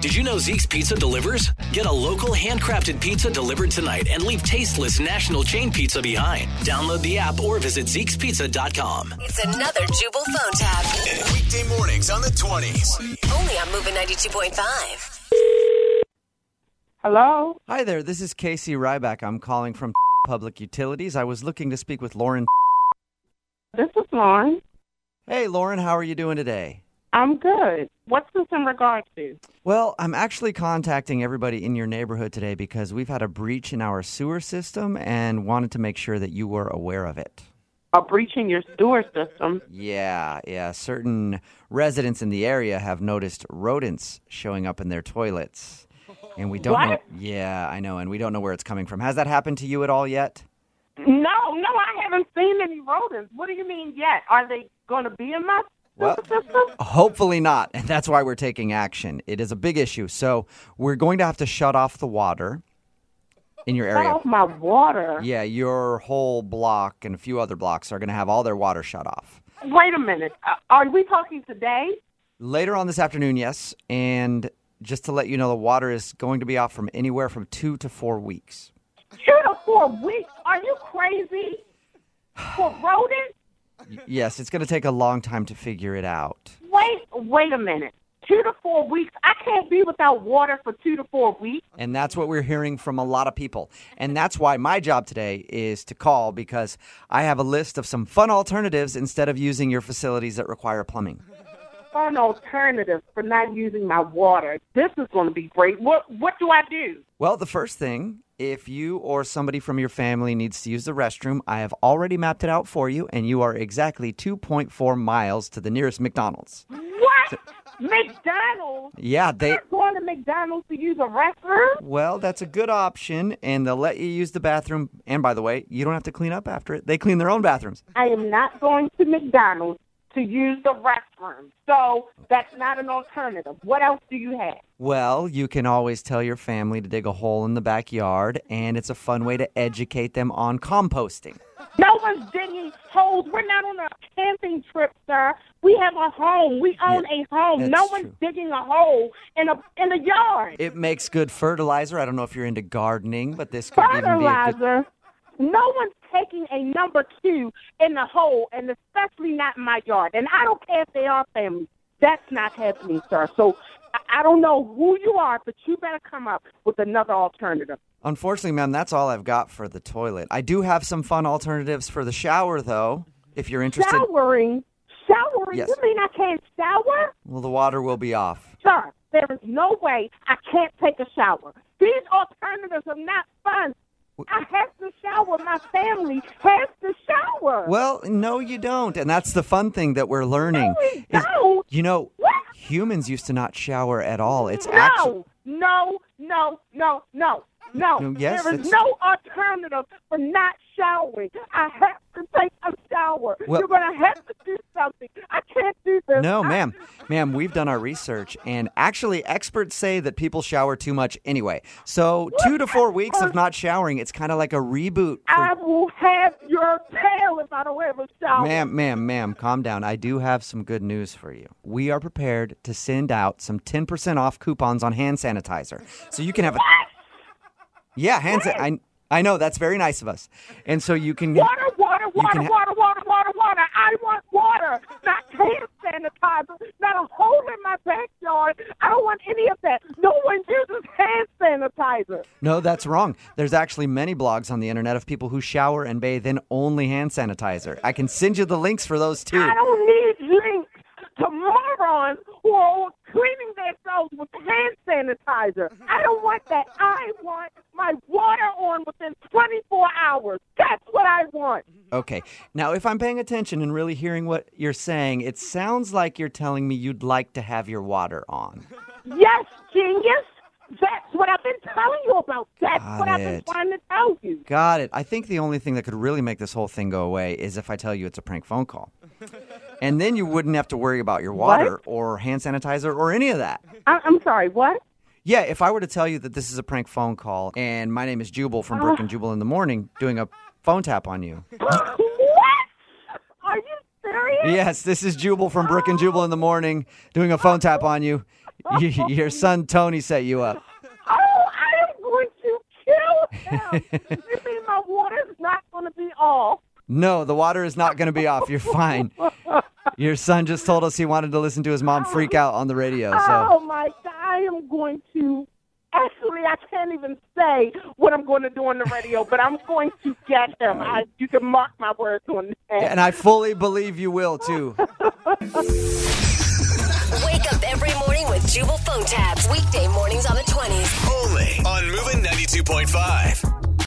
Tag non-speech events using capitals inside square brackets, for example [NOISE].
Did you know Zeke's Pizza delivers? Get a local handcrafted pizza delivered tonight and leave tasteless national chain pizza behind. Download the app or visit Zeke'sPizza.com. It's another Jubal phone tab. Weekday mornings on the 20s. Only on Moving 92.5. Hello? Hi there, this is Casey Ryback. I'm calling from Public Utilities. I was looking to speak with Lauren. This is Lauren. Hey, Lauren, how are you doing today? I'm good. What's this in regard to? Well, I'm actually contacting everybody in your neighborhood today because we've had a breach in our sewer system and wanted to make sure that you were aware of it. A breach in your sewer system. Yeah, yeah. Certain residents in the area have noticed rodents showing up in their toilets. And we don't know. What? Yeah, I know. And we don't know where it's coming from. Has that happened to you at all yet? No, no, I haven't seen any rodents. What do you mean yet? Are they going to be in my Well- sewer system? Hopefully not. And that's why we're taking action. It is a big issue. So we're going to have to shut off the water in your Cut area. off my water. Yeah, your whole block and a few other blocks are going to have all their water shut off. Wait a minute. Uh, are we talking today? Later on this afternoon, yes. And just to let you know, the water is going to be off from anywhere from two to four weeks. Two to four weeks? Are you crazy? For rodents? Y- yes, it's going to take a long time to figure it out. Wait, wait a minute. Two to four weeks? I can't be without water for two to four weeks. And that's what we're hearing from a lot of people. And that's why my job today is to call because I have a list of some fun alternatives instead of using your facilities that require plumbing. For an alternative for not using my water. This is going to be great. What, what do I do? Well, the first thing, if you or somebody from your family needs to use the restroom, I have already mapped it out for you, and you are exactly 2.4 miles to the nearest McDonald's. [LAUGHS] What? McDonald's? Yeah, they. You're going to McDonald's to use a restroom? Well, that's a good option, and they'll let you use the bathroom. And by the way, you don't have to clean up after it. They clean their own bathrooms. I am not going to McDonald's to use the restroom. So that's not an alternative. What else do you have? Well, you can always tell your family to dig a hole in the backyard, and it's a fun way to educate them on composting. No one's digging holes. We're not on a camping trip, sir. We have a home. We own Yeah, a home. No that's one's true. digging a hole in a in a yard. It makes good fertilizer. I don't know if you're into gardening, but this could even be a good Fertilizer. No one's taking a number two in the hole, and especially not in my yard. And I don't care if they are family. That's not happening, sir. So I- I don't know who you are, but you better come up with another alternative. Unfortunately, ma'am, that's all I've got for the toilet. I do have some fun alternatives for the shower, though, if you're interested. Showering. Showering? Yes. You mean I can't shower? Well, the water will be off. Sir, there is no way I can't take a shower. These alternatives are not fun. I have to shower. My family has to shower. Well, no, you don't. And that's the fun thing that we're learning. we is- don't. you know, What? humans used to not shower at all. It's no, actually. no, no, no, no, no. No, yes, there is it's- no alternative for not showering. I have to take a shower. Well- You're going to have to do something. I can't do this. No, I- ma'am. Ma'am, we've done our research, and actually, experts say that people shower too much anyway. So, two to four weeks of not showering, it's kind of like a reboot. For, I will have your tail if I don't have a shower. Ma'am, ma'am, ma'am, calm down. I do have some good news for you. We are prepared to send out some 10% off coupons on hand sanitizer. So you can have a. Yeah, hand san- I, I know, that's very nice of us. And so you can. Water, water, water, can ha- water, water, water, water. I want water, not hand sanitizer, not a hole in my backyard. I don't want any of that. No one uses hand sanitizer. No, that's wrong. There's actually many blogs on the internet of people who shower and bathe in only hand sanitizer. I can send you the links for those too. I don't need links to morons who are cleaning themselves with hand sanitizer. I don't want that. I want my water on within 24 hours. That's what I want. Okay. Now, if I'm paying attention and really hearing what you're saying, it sounds like you're telling me you'd like to have your water on. Yes, genius. That's what I've been telling you about. That's Got what I've been it. trying to tell you. Got it. I think the only thing that could really make this whole thing go away is if I tell you it's a prank phone call. And then you wouldn't have to worry about your water or hand sanitizer or any of that. I- I'm sorry, what? [LAUGHS] Yeah, if I were to tell you that this is a prank phone call and my name is Jubal from Brook and Jubal in the Morning doing a phone tap on you. what? Are you serious? Yes, this is Jubal from Brook and Jubal in the Morning doing a phone tap on you. Y- Your son Tony set you up. Oh, I am going to kill [LAUGHS] him. you mean my water's not going to be off? No, the water is not going to be off. You're fine. Your son just told us he wanted to listen to his mom freak out on the radio. Oh So my God, I am going to. Actually, I can't even say what I'm going to do on the radio, but I'm going to get him. I, you can mark my words on that. and I fully believe you will too. Wake up every morning with Jubal phone tabs. Weekday mornings on the 20s. Only on Moving 92.5.